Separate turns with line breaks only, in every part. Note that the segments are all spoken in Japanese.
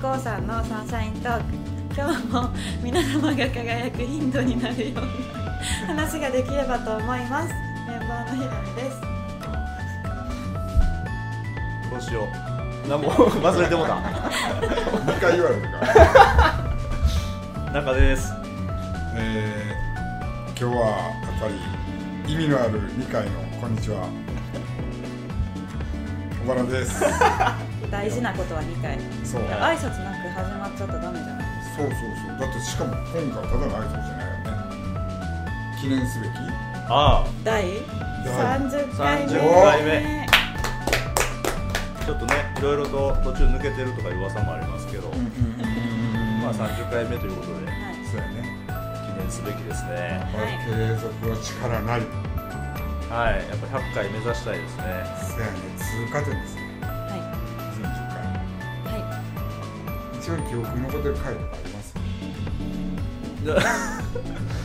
郷さんのサンシャイントーク今日も皆様が輝くヒントになるような話ができればと思いますメンバーのひらりです
どうしよう何も 忘れてもうた
二回言われたから。
中です
えー、今日はやっぱり意味のある二回のこんにちは。小原です。
大事なことは理解
そう。
挨拶なく始まっちゃったらダメじゃない
そうそうそう。だってしかも今回はただの挨拶じゃないよね。記念すべき。
あ
第30回目
30回目あちょっとねいろいろと途中抜けてるとかいう噂もありますけど、ま
ま
あ
あさ、
30回目ということで
はい
そうやね。
記念すべきですね
まあ継続は力なり。
はいやっぱ100回目指したいですね
そうやね。通過点ですね。
は
全10回。
いは
一応記憶に残ってる回とかあります。
い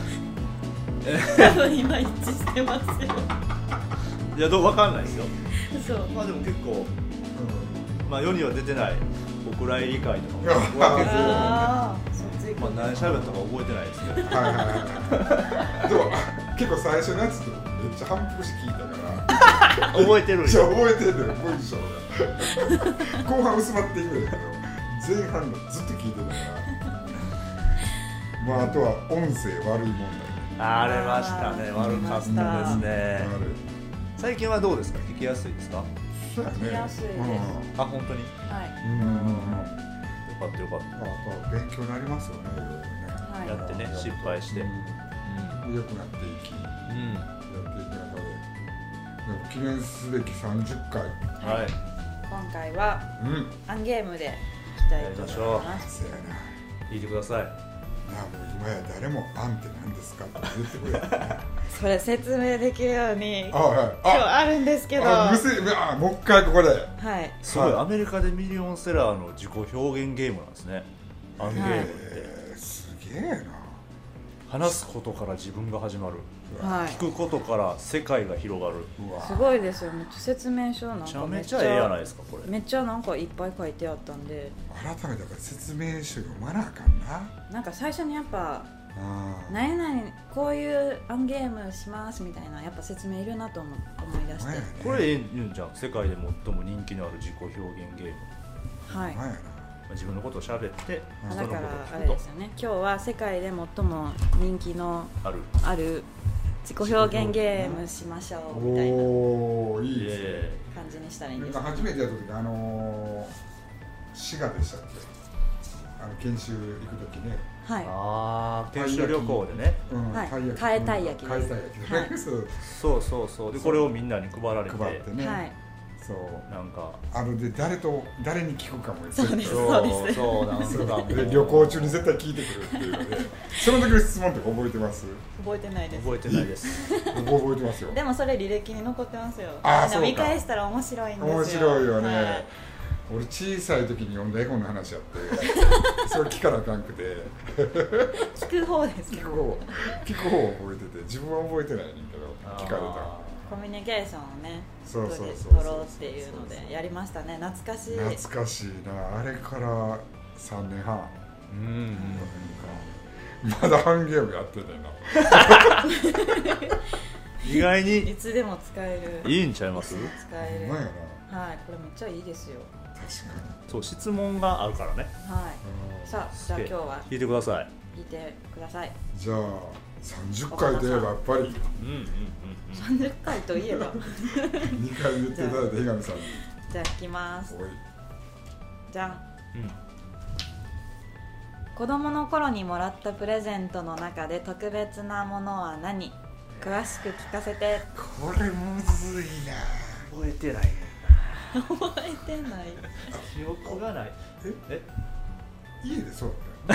多分今一致してますよ
いやどうわかんないですよ
そう
まあでも結構まあ世には出てないお蔵入り会とかも
いや
わ けず
ああそっち行
まあ
く
何喋ったか覚えてないですけど
はいはいはいでも結構最初のやつってめっちゃ反復して聞いたから
覚えてるん
めっちゃ
よ
覚えてる文章が 後半薄まっていくんだけど前半のずっと聞いてたからまああとは音声悪い問
あれましたね悪かったですね
題あれ
最近はどうですか聞きやすいですか
そうやね
聞きやすいです
あ本当によ
はい
うんうんうんま
かったよかっ
あやっぱ勉強になりますよねいろいろね
は
た
い
やってね失敗して
う
うん
ん良くなっていきや
うん
っていく中ででも記念すべき30回
はい
今回は
うん
アンゲームでいきたいと思います
そうやな
聞いてください
いやもう今や誰も「あん」って何ですかって言ってくれたね
それ説明できるように今
あはい
日
あ
あるんですけど
あ
は
むせあもう一回ここで
い
すごい
はい
アメリカでミリオンセラーの自己表現ゲームなんですねアンゲームって
えー、すげえな
話すことから自分が始まる
は
聞
い
くことから世界が広がる
うわ
すごいですよめっちゃ説明書なん
めち
か
ゃ
め
め
っ
ち
ちゃ
ゃええやないですかこれ
めっちゃなんかいっぱい書いてあったんで
改めてだから説明書読まなあかんな
なんか最初にやっぱ
あ
「何々こういうアンゲームします」みたいなやっぱ説明いるなと思思い出して
これええんじゃん世界で最も人気のある自己表現ゲーム
はい
前
ま
や
あ自分のことを喋って
うん
人
だ
の
から
ことを
あ
聞
れ
くと
ですよね今日は世界で最も人気の
ある
ある自己表現ゲームしましょ
な
うみたいな
おおいいですね
え
感じにしたらいいん
なん
です
か
よ
初めてやった時あのー、滋賀でしたっけあの研修行く時ね
はい
えああ研修旅行でね
うん
はい
たい焼き
替えたい焼きです
替えたい焼きだね
はい
そ
そ
う
うそうそうでこれをみんなに配られて
配ってね、
はい、
そう
なんか
あので誰と誰に聞くかもよ
そうですそうです
そうなんとかも
で旅行中に絶対聞いてくるっていうの でその時の質問って覚えてます
覚えてないです
覚えてないです
僕覚えてますよ
でもそれ履歴に残ってますよ
あー
みんな
そう
見
か
返したら面白いんですよ
面白いよね、
はい
俺小さい時に読んだエゴの話や ってそれ聞かなあかんくて
聞く方ですけ
聞く
ど
方聞く方を覚えてて自分は覚えてないねんけど 聞かれ
あ
コミュニケーションをね
そうそうそうそう
取ろうっていうのでやりましたね懐かしい
たら懐かしいなあれから3年
ー
半
うん
まだ半ゲームやってたよな
意外
い
に
つでも使える
いいんちゃいます
使え
ほ
る
んまやな
はいこれめっちゃいいですよ
確かに
そう質問があるからね
は
うん
いさあじゃあ今日は
聞いてください
聞いてください
じゃあ30回といえばやっぱり
うんうんうん
30回といえば
2回言っていただいた江上さんに
じゃあ聞きます
おい
じゃん
うん
子供の頃にもらったプレゼントの中で特別なものは何詳しく聞かせて
これむずいな
覚えてない
覚えてない
記憶がないえ
家でそうだ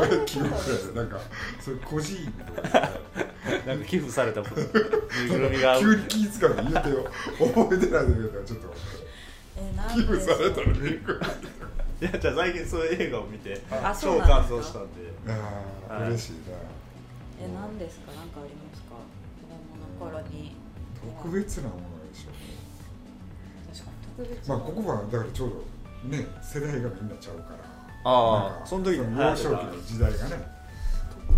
ったよ記憶やでなんかそれ個人とか
えなんか寄付されたぬいぐるみが
急に気ぃつかない言うてよ覚えてないんだけどちょっと
えなん
寄
で
付
し
さ
ょう
れたらびっくり
いやじゃあ最近そういう映画を見て
あそ
超
うなん
感
ですか
動したんで
ああ嬉しいな
え何ですか何かありますか子供の頃に
特別なものでしょ
確かに特別
ま
な
あここはだからちょうどね世代がみんなちゃうか
あ
らなん
あ
か
その時に
幼少期の時代がね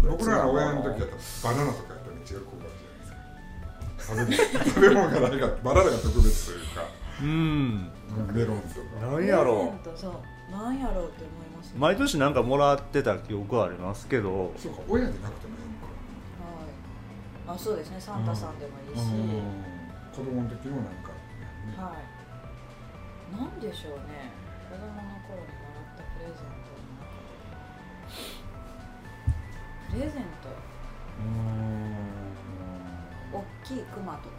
僕らの親の時だったらバナナとかやったら違う効果じゃないですか食べ物食べ物がないからバナナが特別というか
うん
メロンとか
何やろう
プレゼントそうなんやろうって思いますね
毎年なんかもらってた記憶はありますけど
そうか親でなくてもいいのか
はいあそうですねサンタさんでもいいし、
子供の時のなんか、ね
はいなんでしょうね子供の頃にもらったプレゼントプレゼント大きいクマとか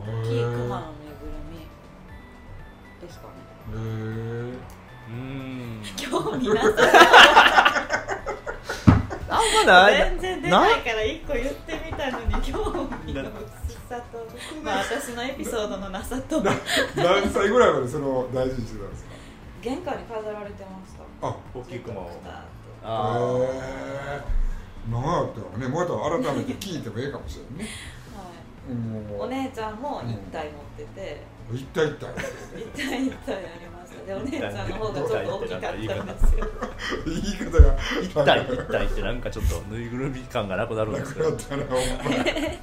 大きいクマのぬいぐるみですかね
へー
うん
興味なさ
あんまない
全然出ないから一個言ってみたのに興味の薄さと、まあ、私のエピソードのなさと
何歳ぐらいまでその大事にしてたんですか
玄関に飾られてました
あ
大きい熊を
へ
あー
え長かったねもうあと改めて聞いてもいいかもしれないね
はい、
も
お
う
姉ちゃんも一体持ってて、
一体一体
一体一体ありましたでお姉ちゃんの方がちょっと大きかったんですよ
言い方が
一体一体ってなんかちょっとぬいぐるみ感がなくなるん
な
です
く
け
なっ
ど
たなお前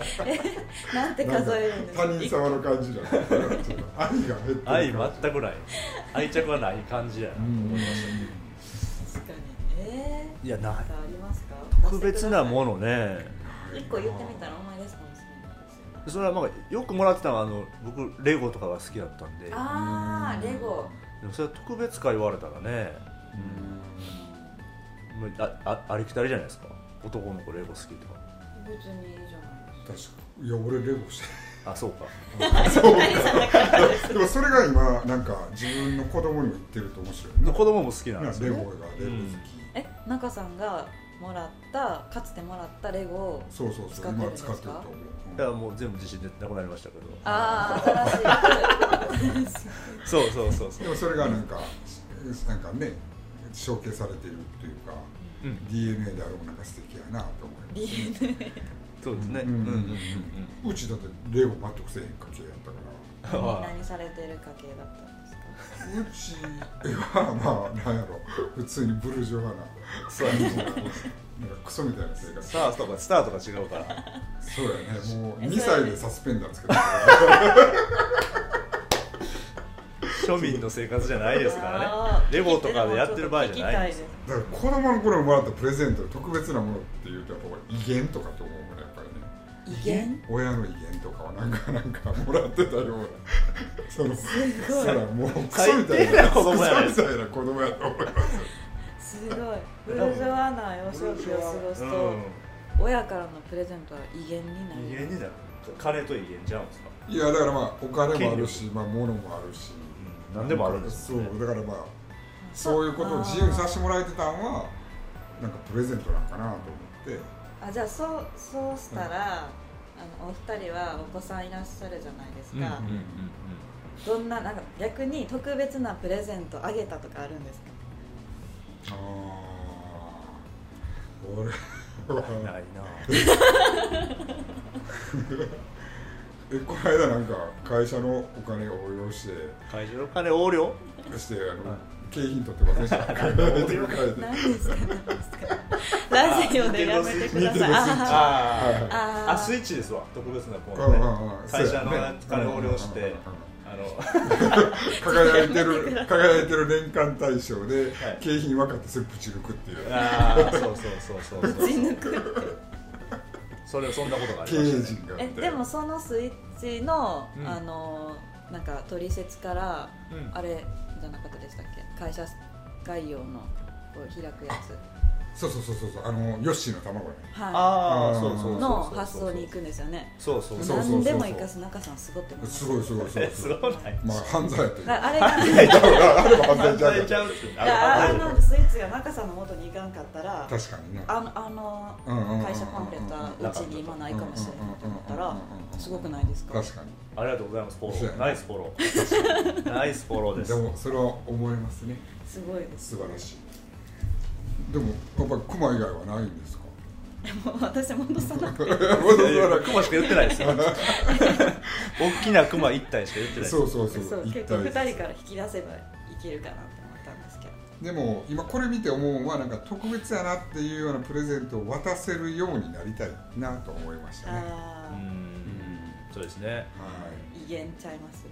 なんて数えるんです
他人様の感じだねちょっと愛が減ってる
愛全
感じ
くない愛着はない感じやな
う
と思
ん
いましたね
確かにえ
いやな
ー、なんかありますか
特別なものね
一個言ってみたら思い出すかもしれないですよね
それはなんかよくもらってたのはあの僕レゴとかが好きだったんでで
あーレゴ
もそれは特別か言われたらねもうああありきたりじゃないですか男の子レゴ好きとか
別にいいじゃないですか
確かいや俺レゴして
あそうか
るでもそれが今なんか自分の子供にも言ってると面白い
で
な
子供も好きなんです
レ
よ、
ゴが
ね、
レゴ好
え中さんがもらったかつてもらったレゴを
きそうそうそ
使
う
ってる
今
んです
使
か
ってると思ううん
いやもう全部自信でなくなりましたけど
ああ新しい
そうそうそうそ
で
う
もそれがなんかなんかね承継されてるというか
うん
DNA であろうなんか素敵やなと思 います
DNA
そうですね
う
うんん
う
うん
んう
うんん
うんうちだってレゴ全くせえへん家系やったから
あ
何されてる家系だったんですか
うちはまあなんやろ普通にブルジョワな
あそうやね
なんかクソみたいな生活
スターとかスターとか違うから
そうやねもう
え
2
それ
歳でサスペンダーつけた
庶民の生活じゃないですからねレゴとかでやってる場合じゃないんですよ
だから子供の頃にもらったプレゼントで特別なものっていうとやっぱ俺威厳とかと思うもんねやっぱりね
威厳
親の威厳とかはなんかなんかもらってたようなその
ごい
さらもうクソみたい
最低
な
な子供やね
クソみたいな子供やと思います
すごいブルジョワな幼少期を過ごすと、親からのプレゼントは威厳になる
威厳になる金と威厳ちゃうんですか、
いやだからまあお金もあるし、まあ、物もあるし
うん、何でもあるんですよ、ね、
そうだからまあそういうことを自由にさせてもらえてたんはなんかプレゼントなんかなと思って
あじゃあそうそうしたら、あのお二人はお子さんいらっしゃるじゃないですか、
うんうんうん
どんななんか逆に特別なプレゼントあげたとかあるんですか
ああ俺
うんな
はい
な
えこの間なんか会社のお金を応用して
会社の金横領
してあの、
はい
景品取ってませんでした
何ですか何ですかラジオでやめてください
見てま
あ
す
あ
ーあ
ああスイッチですわ特別なコー
う
ナ
ん
ーね
うんうん
会社の
そうやね
金横領して
うんうんうんう
あ
ん
の
輝いてる輝いてる年間大賞で、
はい
景品分かってそれぶち抜くっていう
あーそうそうそうそう
ぶち
そう
抜くって
それそんなことがあ
経
りま
営
したね
陣があ
え
って
でもそのスイッチの、
うん
あのなんか取説から
うん
あれじゃなかったでしたっけ会社概要のこう開くやつ
そうそうそうそうそうあのヨッシーの卵ね
は
ああそうそうそ
い
うそう
の発想に行くんですよね
そうそうそう
そう
何でも生かす中さんすごって思います
すごいすごいすごい
えす ごない
まあ犯罪やってる
だ あれが
あれも
犯
犯罪じゃな
罪
い
ちゃうって
いやあ
犯罪
のスイッチが中さんの元に行かんかったら
確かにね
あのあの
うんうんうんうん
会社パンフレットはうちに今ないかもしれないと思ったらすごくないですか
確かに
ありがとうございますフォロ
そうや
ー
ね
ナイスフォローナイスフォローで
ですもそれは思いますね
すごいです
素晴らしいでもやっぱりクマ以外はないんですか
もう私戻さなくて
いやいやクマしか言ってないですよ大きなクマ1体しか言ってないです
そうそうそう
そう
一
結構
体
2人から引き出せばいけるかなって思ったんですけど
でも今これ見て思うのはなんか特別やなっていうようなプレゼントを渡せるようになりたいなと思いましたね。
あ
う
あ、
んそうですね
はい
威厳ちゃいます。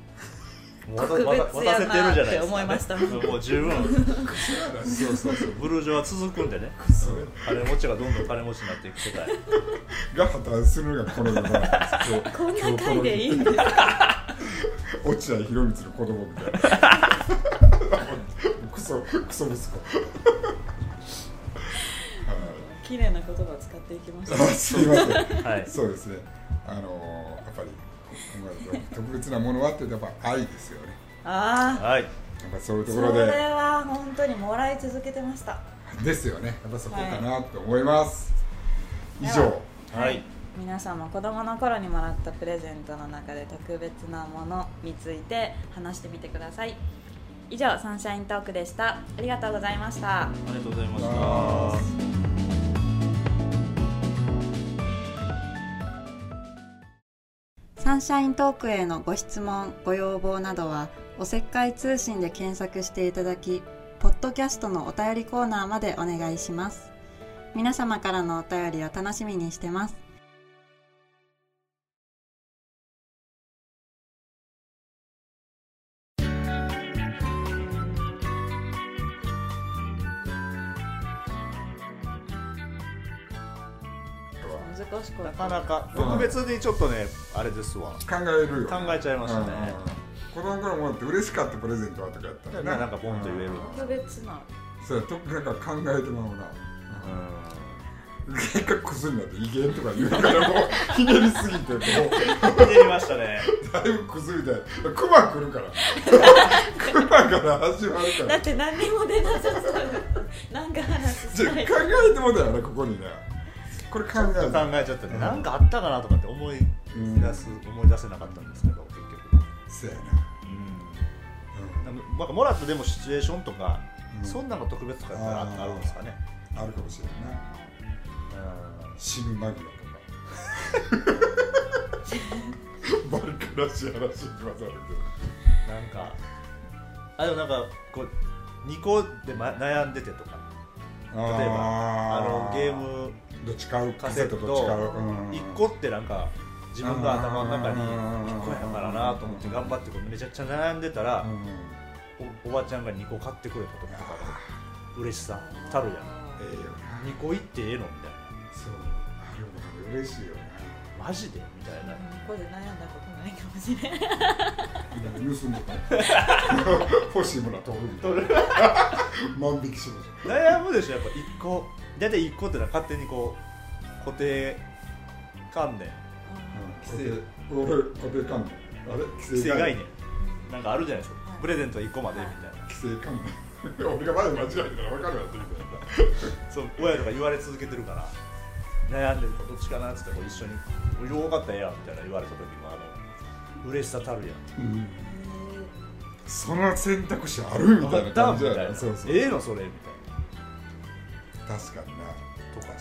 わた
特
わた
別やな
渡せ
って思いました
ねもう十分そうそうそうブルージョは続くんでね金持ちがどんどん金持ちになっていく世界
が破綻するのがこの世なんですよ
こんな回でい いんですか。
落合博満の子供みたいなクソクソ息子はい
綺麗な言葉を使っていきまし
あ
た。
すいません
はい
そうですねあのーやっぱり今の特別なものはってやっぱ愛ですよね
ああ、
はい
やっぱそういうとこ
そ
ろ
れ
で
は本当にもらい続けてました。
ですよねやっぱそこかなと思います、以上
はい
皆さんも子供の頃にもらったプレゼントの中で特別なものについて話してみてください以上サンシャイントークでしたありがとうございました
ありがとうございました
あー
サンシャイントークへのご質問ご要望などはおせっかい通信で検索していただきポッドキャストのお便りコーナーまでお願いします皆様からのお便りを楽しみにしてます
難しく
なかなか特別にちょっとねあれですわ
考えるよ、ね、
考えちゃいましたね
うん子供の頃もらって嬉しかったプレゼントはとかやったら
なんかボンと言える
うん
特別な
そうやとなんか考えてまうな結果クズになって威厳とか言うからもうひねりすぎて
う
もう
ん出てきましたね
だいぶクズみたいクマ来るからクマから始まる か
だ
ら
って何にも出なさそうなんか話
じゃあ
し
考
たい
えてもだよねここにねこれ考
ちょっと
え
考
て
えちゃったねなんかあったかなとかって思い出す思い出せなかったんですけど結局
そうやな、
うんなんかもらったでもシチュエーションとか
うん
そんなの特別とかやったらああるんですかね
あるかもしれないな
うん
死ぬ間際とかバリカらしい話に混ざる
なんかあでもなんかこう2個で、ま、悩んでてとか
けど例
例えばあのゲーム
どっち買う
カ
カ
セ
セッ
ッ
ト
ト
どっち買う、
1個ってなんか自分の頭の中に
うん
1個やからなと思って頑張ってこうめちゃくちゃ悩んでたら
うん
おおばちゃんが2個買ってくれた時とかの嬉しさたるやん
ええよ
2
な
個いってええのみたい
そうあれも嬉しいよな
なマジでみたいな
ここで悩んだことないかもしれない
なんか盗んとか欲しいものは取るみたいな万引きしまし ょ
悩むでしょやっぱ1個大体1個ってのは勝手にこう固定観念
う、うん、俺固定観念あれ
規
規
制
制
概
概
念
念
なんかあるじゃないですか
はい
プレゼントは1個までみたい
規制観念俺が前で間違えてたら分かるやってみたいな
なそう親とか言われ続けてるから悩んでるどっちかなっつってこう一緒に「よかったらええやん」みたいな言われた時もあの嬉しさたる やん
うんその選択肢あるみたいな
だ
感
み
じ
た
や
い
な
な
そうそう
ええのそれみたいな
確かになと確か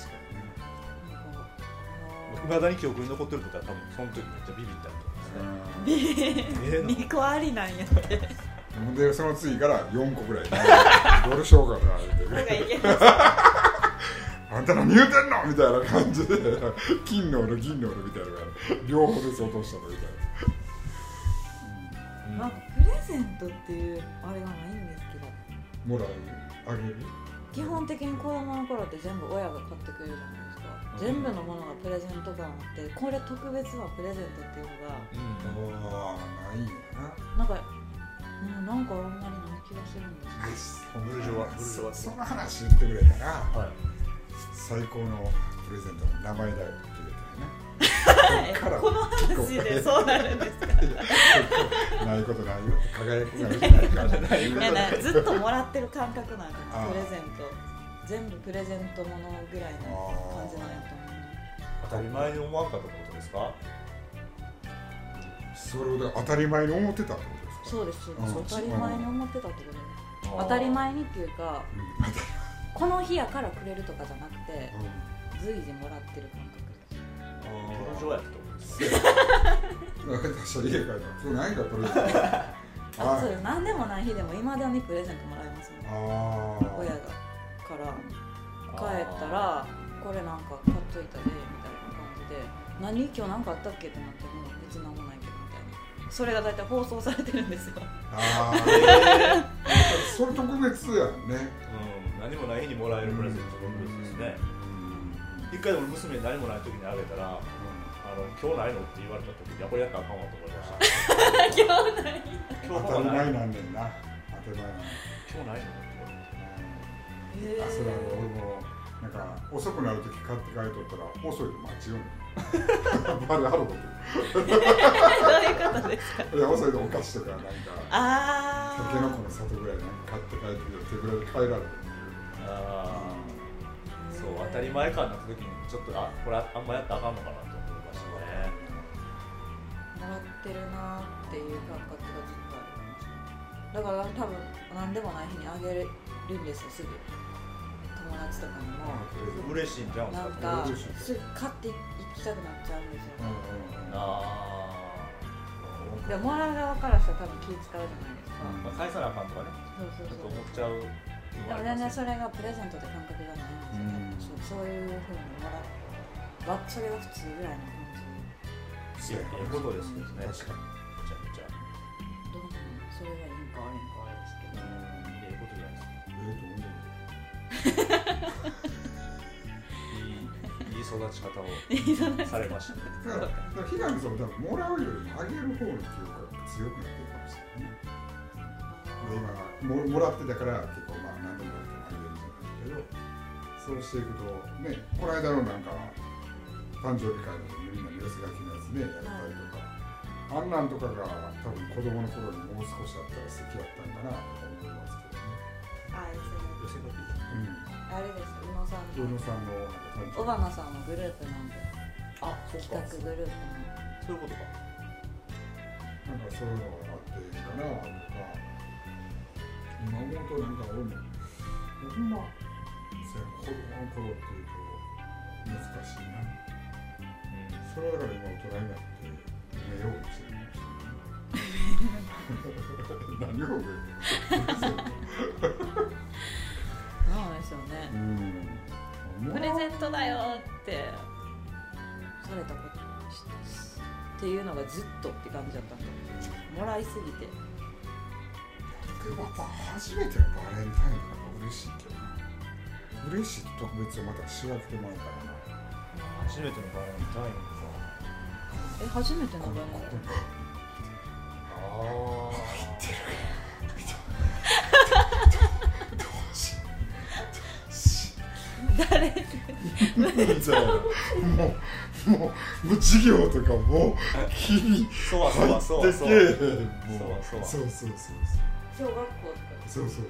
にね
いまだに記憶に残ってるとか多分その時めっちゃビビったりとかええの
2個ありなんやって
うんでその次から4個ぐらいなどれしようかな言う
なんか
て
いけます
あんた何言うてんのみたいな感じで金の俺銀の俺みたいなのが両方で落としたのみたい
うん
なんかプレゼントっていうあれがないんですけど
なもらうあげる
基本的に子供の頃って全部親が買ってくれるじゃないですか、全部のものがプレゼント感あってこれ特別なプレゼントっていうのが
うん
ああないよな
なんか、うん、なんかあんまりない気がするんです
ブルジョワブルジョワ
そその話言ってくれたら
はい
最高のプレゼントの名前だよって 言うたらね
この話でそうなるんですか
ないことないよって輝くがあるじゃないかって言う
いやなんかずっともらってる感覚なんか
あ
な
ー
プレゼント全部プレゼントものぐらいの感じなんやと思う
当たり前に思わんかったってことですか
それを当たり前に思ってたってことですか
そうですそう
うん
です当たり前に思ってたってことです当たり前にっていうか
うん
この日やからくれるとかじゃなくて
うん
随時もらってる感覚です
ブ ルジョワやったってことです か
私は家帰ったら今日何かプレゼント
あ
はい
そうよ何でもない日でも今でにプレゼントもらえますも ん
ああ
親がから帰ったらこれなんか買っといたでみたいな感じで何今日何かあったっけってなっても別に何もないけどみたいなそれが大体放送されてるんですよ
あ
え
ー
ー
それ特別やんね
うん、何もない日にもらえるプレゼント特別ですね一回でも娘に何もない時にあげたら「あの今日ないの?」って言われた時いやこれやったらあかんわと思いました
今日ない
今日
当たり
ない
前
の
なんねんな当たり前なんねん
今日ないの
あそれは俺もなんか遅くなる時買って帰っとったら遅いの待ちよ んバレはる
どう
こ
いうことですか
といや遅いのお菓子とかなんかたけの
あ
この里ぐらいなんか買って帰ってきて手ぶらで帰られて
ああそう当たり前感になった時にちょっとあこれあんまやったらあかんのかなと思いました ね
もらってるなっていう感覚がずっとありますだから多分何でもない日にあげるんですよすぐ友達とかにも
嬉しいんじゃうんです
な
か
んか
嬉しい
すぐ買っていきたくなっちゃうんですよ、
うん
あ
でももらう側からしたら多分気使うじゃないですか、
ー、まあ、返さなあかんとかね
そう
ちょ
そう
っと
そう
思っちゃうの
で
もあ
も
り
全然
ます
それがプレゼントって感覚がないんですよ、ねそうそういうふうにもらうわそれが普通ぐらいの感じ
いやええことですけどね
確か
めちゃめちゃ
どうなんそれがいいんか悪いんかあれですけど
ええことじゃないですか
にええと思う
いいいい育ち方をされましたね
だから、だからひがみさんも多分もらうよりもあげる方の記憶が強くなってるかもしれないね。で今ももらってたから結構まあ何でもらってもあげるじゃないけど、そうしていくとね、この間のなんか誕生日会のみんなの寄せ書きのやつねやったりとか。あんなんとかが多分子供の頃にもう少しあったら素敵だったんかなと思いますけど
あれですね
寄せ書き
ね。
あれです宇野さ
うん。上
んの
野さん
小花さんの
の誕生日
グループなんで
あそ
企
うか
画グループなんで
そういうことか
なんかそういうのがあっていいかなとか今思うとなんか俺もほんまそうやな子供の頃っていうと難しいなそれはだから今大人になって目をしてるかもしれない何を
そうですよね
うん
プレゼントだよってされたことしっていうのがずっとって感じだったんでもらいすぎて
やっぱ初めてのバレンタインが嬉しいけどな嬉しいと特別をまた仕分けてもらうからな
初めてのバレンタインか
え初めての
こ
バレ
の
ン
ここに
ああ
誰
もうもうもう授業とかも気に
そうはそう
入
はそうは
って
そ
け
うは
えへんもう
そ
そうう
は
そ
そう
うそうそう
小学校と
そうそうそ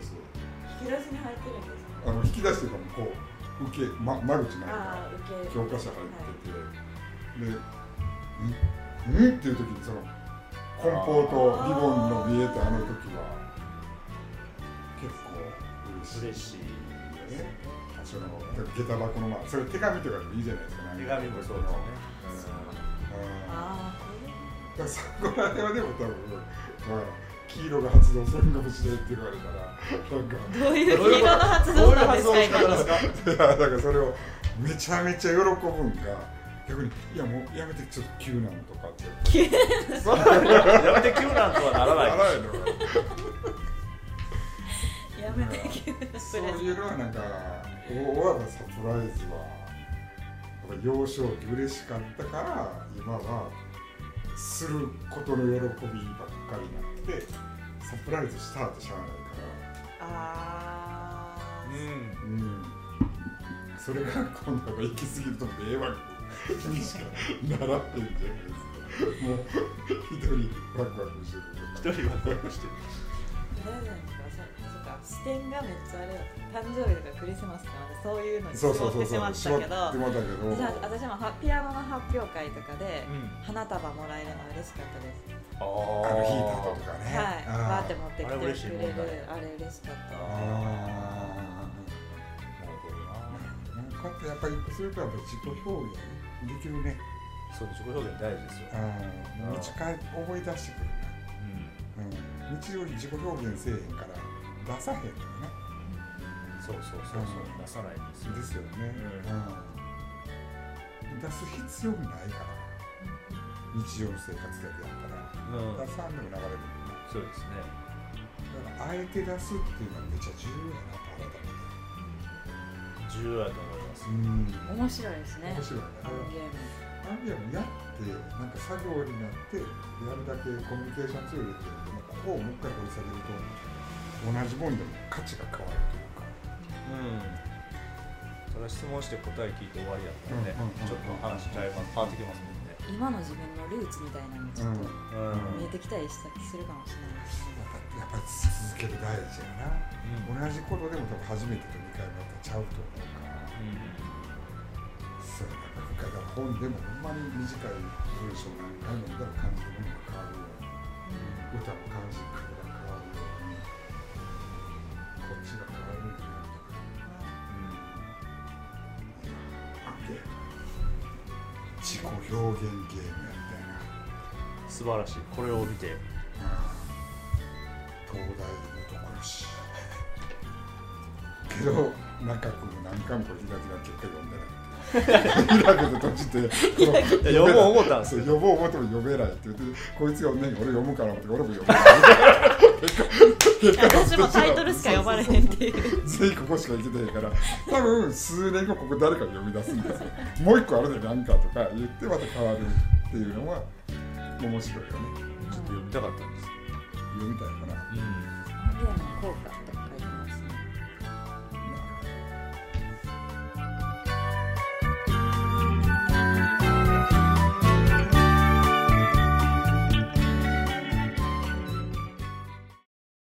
か引
う
き出しに入ってるんです
あの引き出しとかもこう受け、ま、間口ないから
ああ受け
教科書入ってて、で「んんっていう時にその梱包とリボンの見えたあの時は結構嬉しい
嬉しい
よねその下駄箱のまあそれ手紙とかでもいいじゃないですか
手紙もそうですねうん
うん
あ
だからそこら辺はでも多分、まあ、黄色が発動するかもしれないって言われたらなんか
あどういう黄色の発動なんです
どう
か
いう
今
発想をしたんですか
いやだからそれをめちゃめちゃ喜ぶんが逆に「いやもうやめてちょっと急なん」とかって
急
そんなんやめて急なんとはならない
ならないのが
やめて急なプレゼ
そういうのはなんか大和がサプライズはやっぱ幼少期嬉しかったから今はすることの喜びばっかりになってサプライズしたってしゃあないから。
ああ
うん
うんそれが今度は行き過ぎると迷惑にしかならってんじゃないですかもう一人ワクワクしてる
一人ワクワクしてる
プレゼントがさそっか視点がめっちゃあれだった誕生日とかクリスマスとかなんかそういうのに
そうそうそ
っ
う
てし
そう
まったけど
ってもらったけど
じゃあ私もはピアノの発表会とかで
うん
花束もらえるの嬉しかったです、
あ
あ
あ
のヒーターとかね
はい
あ
バーって
ー
持ってき
あれ嬉しい
てくれ
もん
る
ね
あれ嬉しかった
あ
なるほどな
ーなんかこうやってやっぱりするとやっぱ自己表現できるね
そう自己表現大事ですよ
あーもう一回思い出してくる
う
な
ん
うん日常に自己表現せえへんから出さへんのよ
そうそうそうそう出さないんですよ
ねですよね、うん出す必要ないから日常の生活だけやった
う
ら
ん
出さんでも流れるもんね
そうですね
だからあえて出すっていうのはめっちゃ重要
重要だ
やなと改めて
と思います
うん
面白いですね
面白いね
あのゲーム
アンビアもやってなんか作業になってやるだけコミュニケーションツールっていうのとなんかをもう一回掘り下げると同じもんでも価値が変わるというか
うんただ質問して答え聞いて終わりやったらね
うんうんうんう
ち
ん
ょっと話ちゃいます変わってきますもんね
今の自分のルーツみたいなのにちょっと
うん
見えてきたりしたするかもしれないですね
やっぱやっぱり続ける大事やな
うん
同じことでも多分初めてと2回目はちゃうと思うからそうやななんかだから本でもほんまに短い文章何回も読んだら感じるものが変わるように歌も感じ方が変わるようにこっちが変わるようになったからなんで自己表現ゲームやったよな
素晴らしいこれを見て
東大の男らしい けど中君何回もこれ開きな結果読んでない開くと閉じてこの
いや読もう思ったんです
そう
よ
呼ぼう思っても呼べないって言ってこいつ読んでんの俺読むから思って俺も読む
私もタイトルしか呼ばれへんっていう
全員ここしか行けてへんから多分数年後ここ誰か読み出すんですよもう一個あるでなんかとか言ってまた変わるっていうのは面白いよね
ちょっと読みたかったんです
読みたいかな
うん